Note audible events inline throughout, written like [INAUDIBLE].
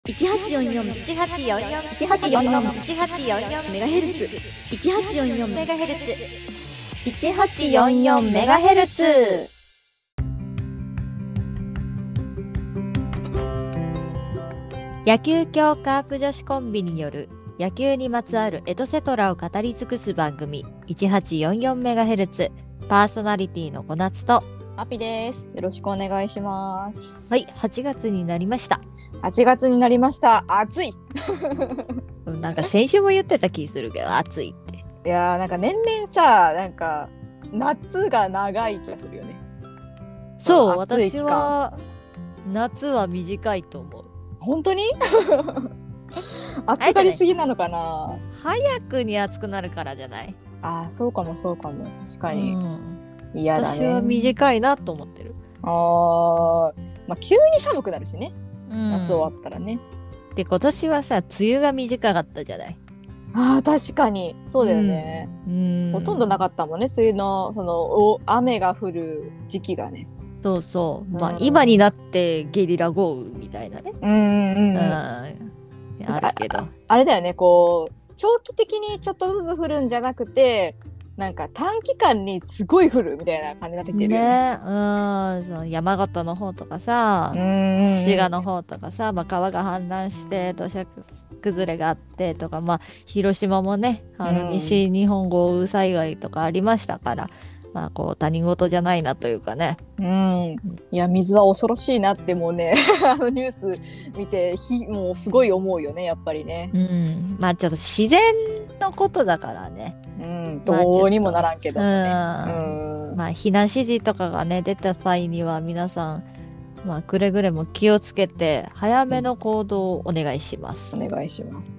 一八四四一八四一八四四四一八四四メガヘルツ一八四四メガヘルツ一八四四メガヘルツ野球協科学女子コンビによる野球にまつわるエトセトラを語り尽くす番組1844メガヘルツパーソナリティの小夏とアピです。よろしくお願いします。はい。8月になりました8月になりました。暑い。いなんか先週も言ってた気するけど暑いってやーなんか年々さ、なんか夏が長い気がするよね。そう暑い期私間は夏は短いと思う本当に？暑がりすぎなのかな。早くに暑くなるからじゃない、あーそうかもそうかも確かうに。ん嫌、だ私はね。短いなと思ってる、あーまあ急に寒くなるしね。夏終わったらね。って今年はさ梅雨が短かったじゃないああ確かにそうだよね、うんほとんどなかったもんね。梅雨のそのお雨が降る時期がね。そうそう、まあうん今になってゲリラ豪雨みたいなね、うんうんう、うんん。あるけどあれだよねこう長期的にちょっとずつ降るんじゃなくてなんか短期間にすごい降るみたいな感じになってきてるよね。ねうんその山形の方とかさうん滋賀の方とかさ、まあ、川が氾濫して土砂崩れがあってとか、まあ、広島もねあうのん西日本豪雨災害とかありましたから、まあこう他人事じゃないなというかねうんいや水は恐ろしいなってもうね [LAUGHS] あのニュース見てひもうすごい思うよねやっぱりね。うんまあちょっと自然のことだからねうん、まあどうにもならんけうどん、もね。うんまあ、避難指示とかがね出た際には皆さん、まあ、くれぐれも気をつけて早めの行動をお願いしますお。願いします。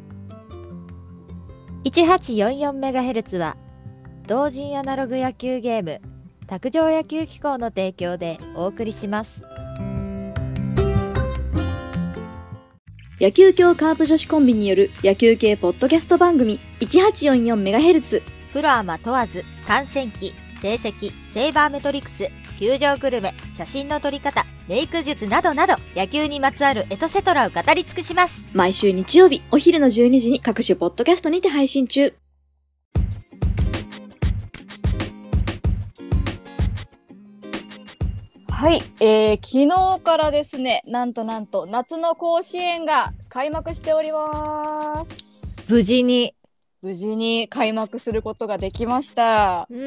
1844メガヘルツは同人アナログ野球ゲーム卓上野球機構の提供でお送りします。野球協カープ女子コンビによる野球系ポッドキャスト番組1844メガヘルツプロアマ問わず観戦記成績セイバーメトリクス球場グルメ写真の撮り方メイク術などなど野球にまつわるエトセトラを語り尽くします。毎週日曜日お昼の12時に各種ポッドキャストにて配信中はい、えー、昨日からですねなんとなんと夏の甲子園が開幕しております。無事に、無事に開幕することができました。うん、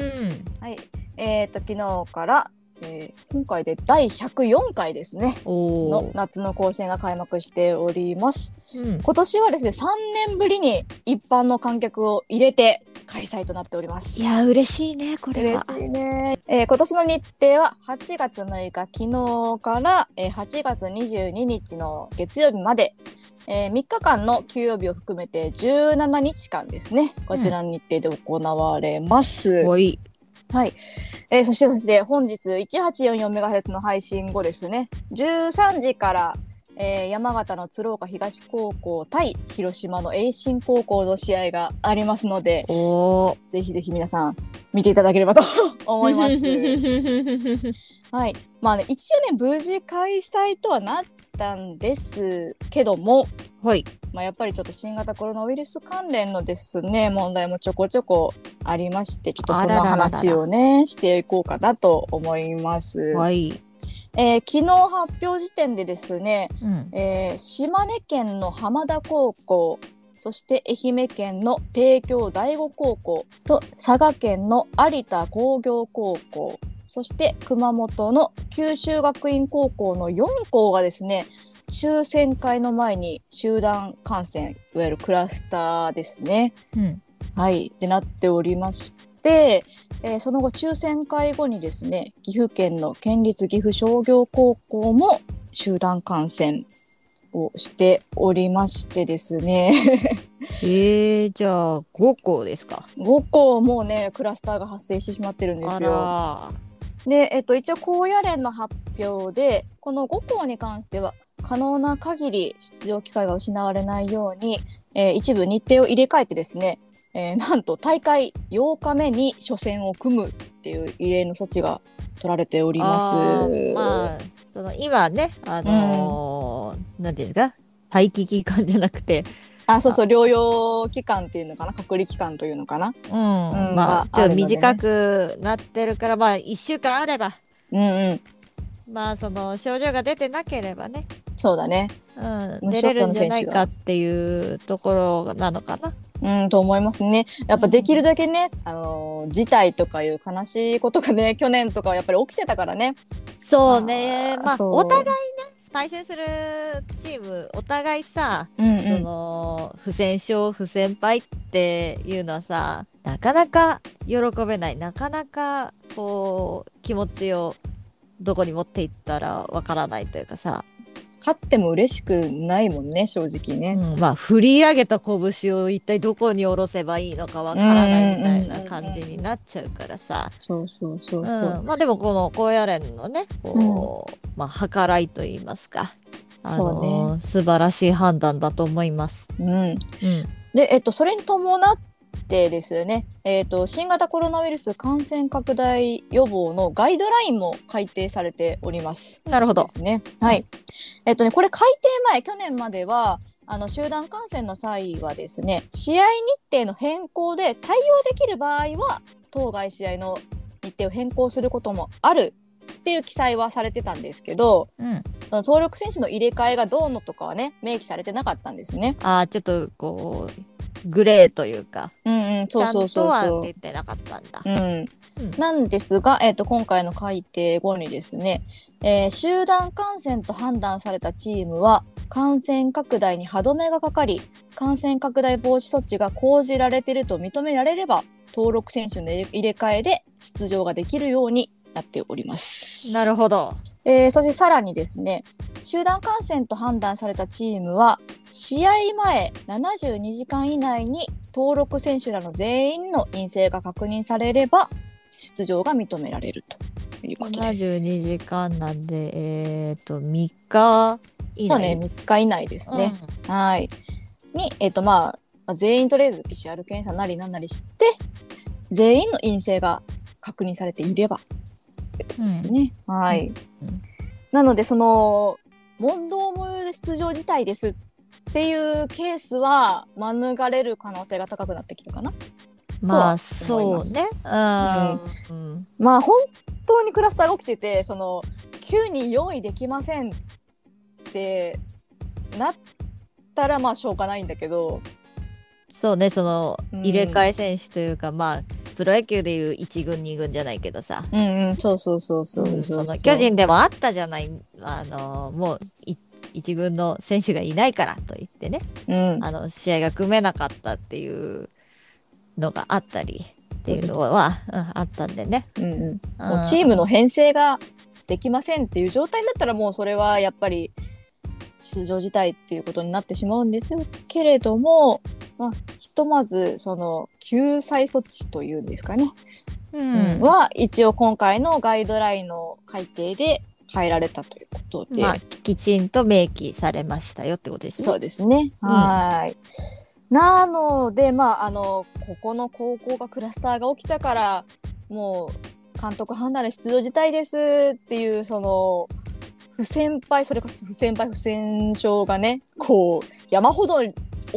はい、えー、と昨日から、えー今回で第104回ですね。おのー夏の甲子園が開幕しております。うん、今年はですね、3年ぶりに一般の観客を入れて開催となっております。いや嬉しいねこれは嬉しいね、えー今年の日程は8月6日昨日から、えー8月22日の月曜日まで、え3日間の休養日を含めて17日間ですねこちらの日程で行われます、おいはい、えーそしてそして本日 1844MHz の配信後ですね13時から、えー山形の鶴岡東高校対広島の栄新高校の試合がありますのでおーぜひぜひ皆さん見ていただければと [LAUGHS] 思 [LAUGHS] います。はい。まあね、一応ね、無事開催とはなったんですけども、はいまあ、やっぱりちょっと新型コロナウイルス関連のですね、問題もちょこちょこありまして、ちょっとそあららのらら話をね、していこうかなと思います。はい、えー昨日発表時点でですね、うん、えー島根県の浜田高校そして愛媛県の帝京第五高校と佐賀県の有田工業高校そして熊本の九州学院高校の4校がですね抽選会の前に集団感染いわゆるクラスターですねうん、はい、ってなっておりまして、えーその後抽選会後にですね岐阜県の県立岐阜商業高校も集団感染をしておりましてですね [LAUGHS] えー、じゃあ5校ですか5校もうねクラスターが発生してしまってるんであすよ。らで、えっと一応高野連の発表でこの5校に関しては可能な限り出場機会が失われないように、えー一部日程を入れ替えてですね、えーなんと大会8日目に初戦を組むっていう異例の措置が取られております。あーまあその今ねあのーなんていうんですか待機期間じゃなくて、あそうそう療養期間っていうのかな隔離期間というのかなうん、まああちょっあとるのでね短くなってるから、まあ1週間あればうんうんまあその症状が出てなければね、そうだねうん、無出れ症状の選手はるんじゃないかっていうところなのかな。うんと思いますねやっぱできるだけね、あのー事態とかいう悲しいことがね去年とかはやっぱり起きてたからねそうねあーまあそうお互いね対戦するチームお互いさ、うんその不戦勝不戦敗っていうのはさなかなか喜べないなかなかこう気持ちをどこに持っていったらわからないというかさ、勝っても嬉しくないもんね正直ね、うんまあ振り上げた拳を一体どこに下ろせばいいのかわからないみたいな感じになっちゃうからさ、そうそうそううんそう、まあでもこの高野連のねこう、まあ計らいと言いますか、あのそう素晴らしい判断だと思います。うん、うん、で、えっと、それに伴ってですよね、えっと、新型コロナウイルス感染拡大予防のガイドラインも改定されております。なるほどですね。はい。えっとね、これ改定前、去年までは、あの集団感染の際はですね、試合日程の変更で対応できる場合は、当該試合の日程を変更することもあるっていう記載はされてたんですけど、うん、その登録選手の入れ替えがどうのとかはね、明記されてなかったんですね。あーちょっとこうグレーというかうんうん、ちそうゃんとそうそうはそう。出てなかったんだ。うんうんなんですが、えー、と今回の改定後にですね、えー集団感染と判断されたチームは感染拡大に歯止めがかかり感染拡大防止措置が講じられていると認められれば登録選手の入れ替えで出場ができるようになっております。なるほど。えーそしてさらにですね集団感染と判断されたチームは試合前72時間以内に登録選手らの全員の陰性が確認されれば出場が認められるということで72す。時間なんでえっ、と3日以内そうね3日以内ですね。うんはいに、えーとまあまあ、全員とりあえず PCR 検査なりなんなりして全員の陰性が確認されていればですね。はい。うんなのでその問答もよる出場自体ですっていうケースは免れる可能性が高くなってきたかな。まあとはそう思いまねす。うんうんまあ本当にクラスターが起きててその9人用意できませんってなったらまあしょうがないんだけど。そうねそのうん入れ替え選手というか、まあプロ野球でいう1軍2軍じゃないけどさうんうんそうそうそうそううんそうその巨人でもあったじゃないあのもうい一軍の選手がいないからと言ってねうんあの試合が組めなかったっていうのがあったりっていうのは、うんあったんでね。うんうんうもんうチームの編成ができませんっていう状態になったらもうそれはやっぱり出場自体っていうことになってしまうんですよけれども、まあ、ひとまずその救済措置というんですかね、うんは一応今回のガイドラインの改定で変えられたということで、まあ、きちんと明記されましたよってことですね。そうですね。うんはーい。なので、まあ、あの、ここの高校がクラスターが起きたから、もう、監督判断で出場自体ですっていう、その、不先輩、それこそ不先輩、不戦勝がね、こう、山ほど起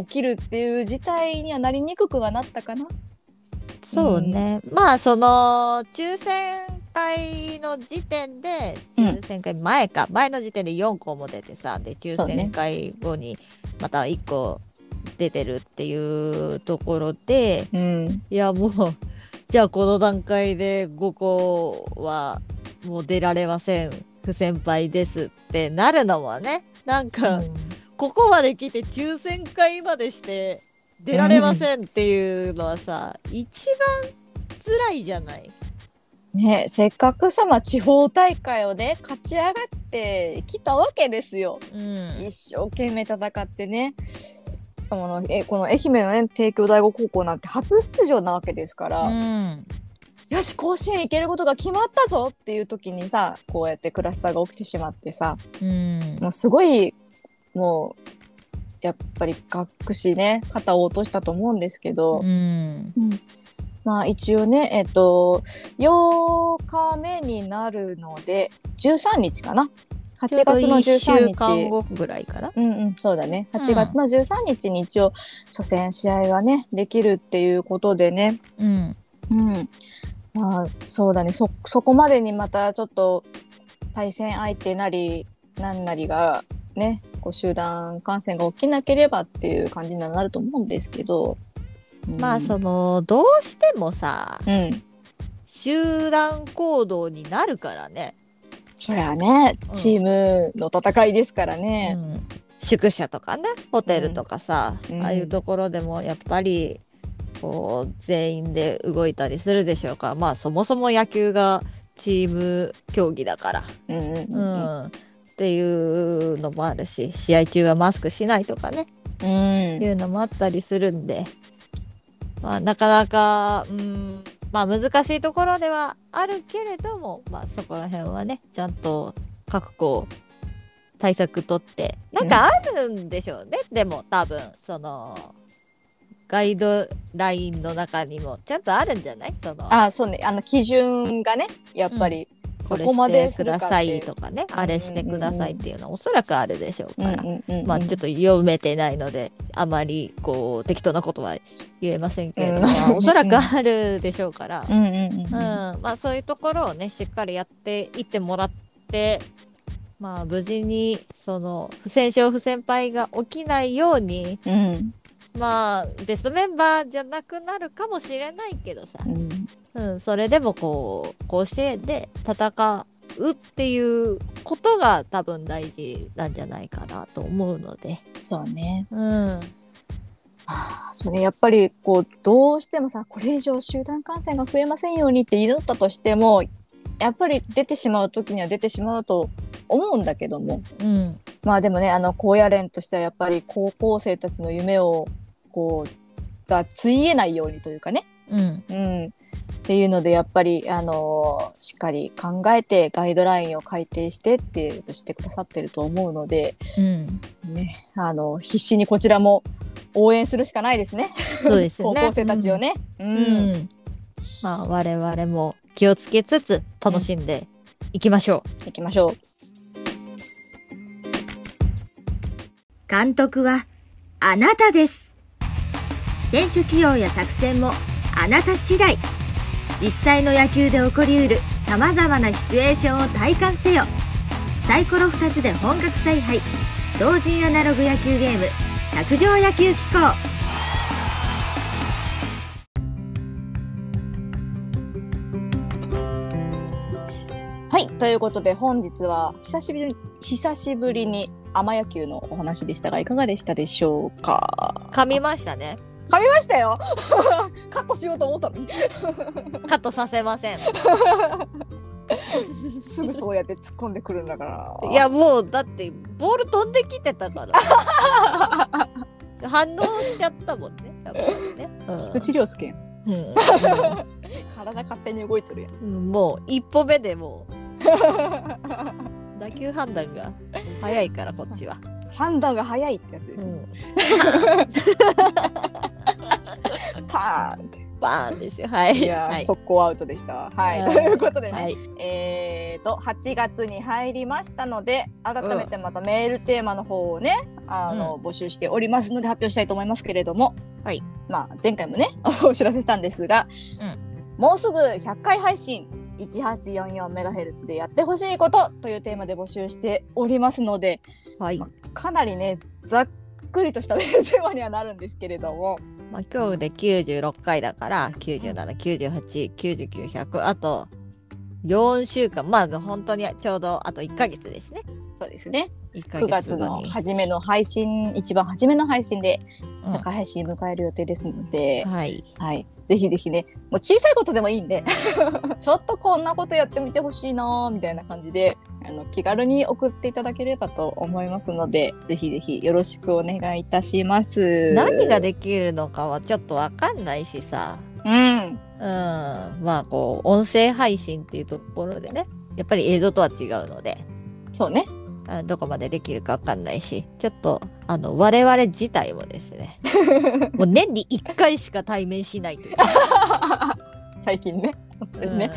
きるっていう事態にはなりにくくはなったかな。そうね、まあその抽選会の時点でうん抽選会前か、前の時点で4校も出てさで抽そうね選会後にまた1校出てるっていうところで、うん。いやもう [LAUGHS] じゃあこの段階で5校はもう出られません不先輩ですってなるのはねなんかここまで来て抽選会までして出られませんっていうのはさ、一番辛いじゃない。ね、せっかくさ、まあ、地方大会をね、勝ち上がってきたわけですよ。うん、一生懸命戦ってねしかもあのえこの愛媛のね帝京第五高校なんて初出場なわけですから、よし甲子園行けることが決まったぞっていう時にさこうやってクラスターが起きてしまってさうんもうすごいもうやっぱり学士ね肩を落としたと思うんですけど、うんまあ一応ねえっと8日目になるので13日かな8月の1週13間日後ぐらいかな。うんうん、そうだね。うん8月の13日に一応、初戦試合がね、できるっていうことでね。うん。うん。まあ、そうだね。そ、そこまでにまたちょっと、対戦相手なり、なんなりが、ね、こう集団感染が起きなければっていう感じにはなると思うんですけど。うんまあそのどうしてもさうん。集団行動になるからね。そりゃね、うんチームの戦いですからね。うん宿舎とかねホテルとかさ、うんああいうところでもやっぱりこう全員で動いたりするでしょうからまあそもそも野球がチーム競技だから、うんうんうんううんん、っていうのもあるし試合中はマスクしないとかねうんいうのもあったりするんで、まあ、なかなかうんまあ難しいところではあるけれども、まあ、そこら辺はねちゃんと各校対策とってなんかあるんでしょうね、でも多分そのガイドラインの中にもちゃんとあるんじゃないそのあ、そうね。あの、基準がね、やっぱり、これどこましてですくるかだっていさういとかねあれしてくださいっていうのはおそらくあるでしょうから、まあちょっとと読めてないのであまりこう適当なことは言えませんけれども、うんまあおそらうんくあるでしょうから、うんうんうんうんまあ、そういうところをねしっかりやっていってもらって、まあ、無事にその不戦勝不戦敗が起きないように、うんまあ、ベストメンバーじゃなくなるかもしれないけどさ、うんうん、それでもこう甲子園で戦うっていうことが多分大事なんじゃないかなと思うので。そうねうんはあそれやっぱりこうどうしてもさこれ以上集団感染が増えませんようにって祈ったとしてもやっぱり出てしまう時には出てしまうと思うんだけどもうん、まあでもねあの高野連としてはやっぱり高校生たちの夢をこうがついえないようにというかねうん、うん、っていうのでやっぱり、あのーしっかり考えてガイドラインを改定してってしてくださってると思うので、うん、ねあの必死にこちらも応援するしかないですねそうですよ [LAUGHS] 高ね。校生たちをね。ううんん。うん、まあ我々も気をつけつつ楽しんでいきましょ行きましょう。監督はあなたです選手起用や作戦もあなた次第実際の野球で起こりうる様々なシチュエーションを体感せよサイコロ2つで本格采配同人アナログ野球ゲーム卓上野球機構はいということで本日は久しぶりに久しぶりに天野球のお話でしたがいかがでしたでしょうう。か噛みましたね。噛みましたよ [LAUGHS] カットしようと思ったのにカットさせませ [LAUGHS] ん。すぐそうやって突っ込んでくるんだからいやもうだってボール飛んできてたから。反応しちゃったもんね。やっぱりね菊池涼介うんうん体勝手に動いてるやん。うんもう一歩目でも [LAUGHS] う打球判断が早いからこっちは。判断が早いってやつでうすね。ん、パーンって。バーンですよ。はい。いやー、はい。速攻アウトでした。はい。はい [LAUGHS] ということでね、はいえーと8月に入りましたので、改めてまたメールテーマの方をね、あの、募集しておりますので発表したいと思いますけれども、はい。まあ前回もね [LAUGHS] お知らせしたんですが、もうすぐ100回配信。1844メガヘルツでやってほしいことというテーマで募集しておりますので、はいかなりねざっくりとしたメールテーマにはなるんですけれどもまあ、今日で96回だから97989900あと4週間まあ本当にちょうどあと1ヶ月ですねそうですね1ヶ9月月後のに初めの配信一番初めの配信でうん高配信迎える予定ですので、はいはい、ぜひぜひねもう小さいことでもいい [LAUGHS] んでちょっとこんなことやってみてほしいなーみたいな感じであの気軽に送っていただければと思いますのでぜひぜひよろしくお願いいたします。何ができるのかはちょっとわかんないしさうんうんまあこう音声配信っていうところでねやっぱり映像とは違うのでそうねあどこまでできるかわかんないしちょっとあの我々自体もです [LAUGHS] ねもう年に1回しか対面しないという最近ね本当にね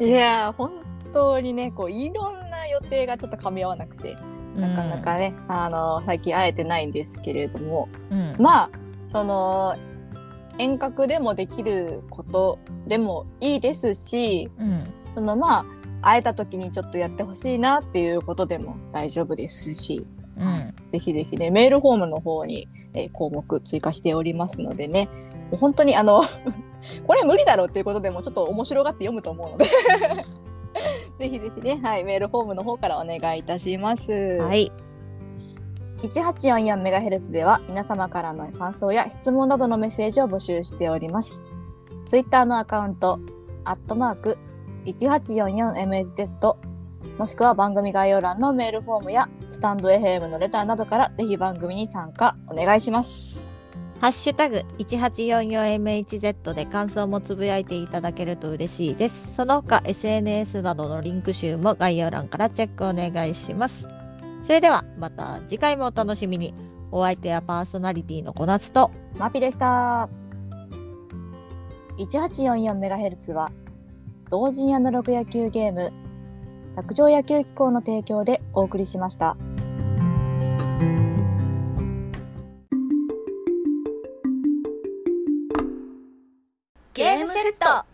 うんいやー本当にねこういろんな予定がちょっと噛み合わなくて、なかなかね、あの最近会えてないんですけれども、うん、まあその遠隔でもできることでもいいですし、うんそのまあ会えた時にちょっとやってほしいなっていうことでも大丈夫ですし、うんぜひぜひね、メールフォームの方に、えー項目追加しておりますのでね、もう本当にあの、 [LAUGHS] これ無理だろうっていうことでもちょっと面白がって読むと思うので、 [LAUGHS] ぜひぜひね、はい、メールフォームの方からお願いいたします。、はいい、 1844MHz では皆様からの感想や質問などのメッセージを募集しております。Twitter のアカウント、アットマーク 1844MHz もしくは番組概要欄のメールフォームやスタンド FM のレターなどからぜひ番組に参加お願いします。ハッシュタグ 1844MHz で感想もつぶやいていただけると嬉しいです。その他 SNS などのリンク集も概要欄からチェックお願いします。それではまた次回もお楽しみに。お相手はパーソナリティの小夏とマピでした。1844MHz は同人アナログ野球ゲーム卓上野球機構の提供でお送りしました。ゲームセット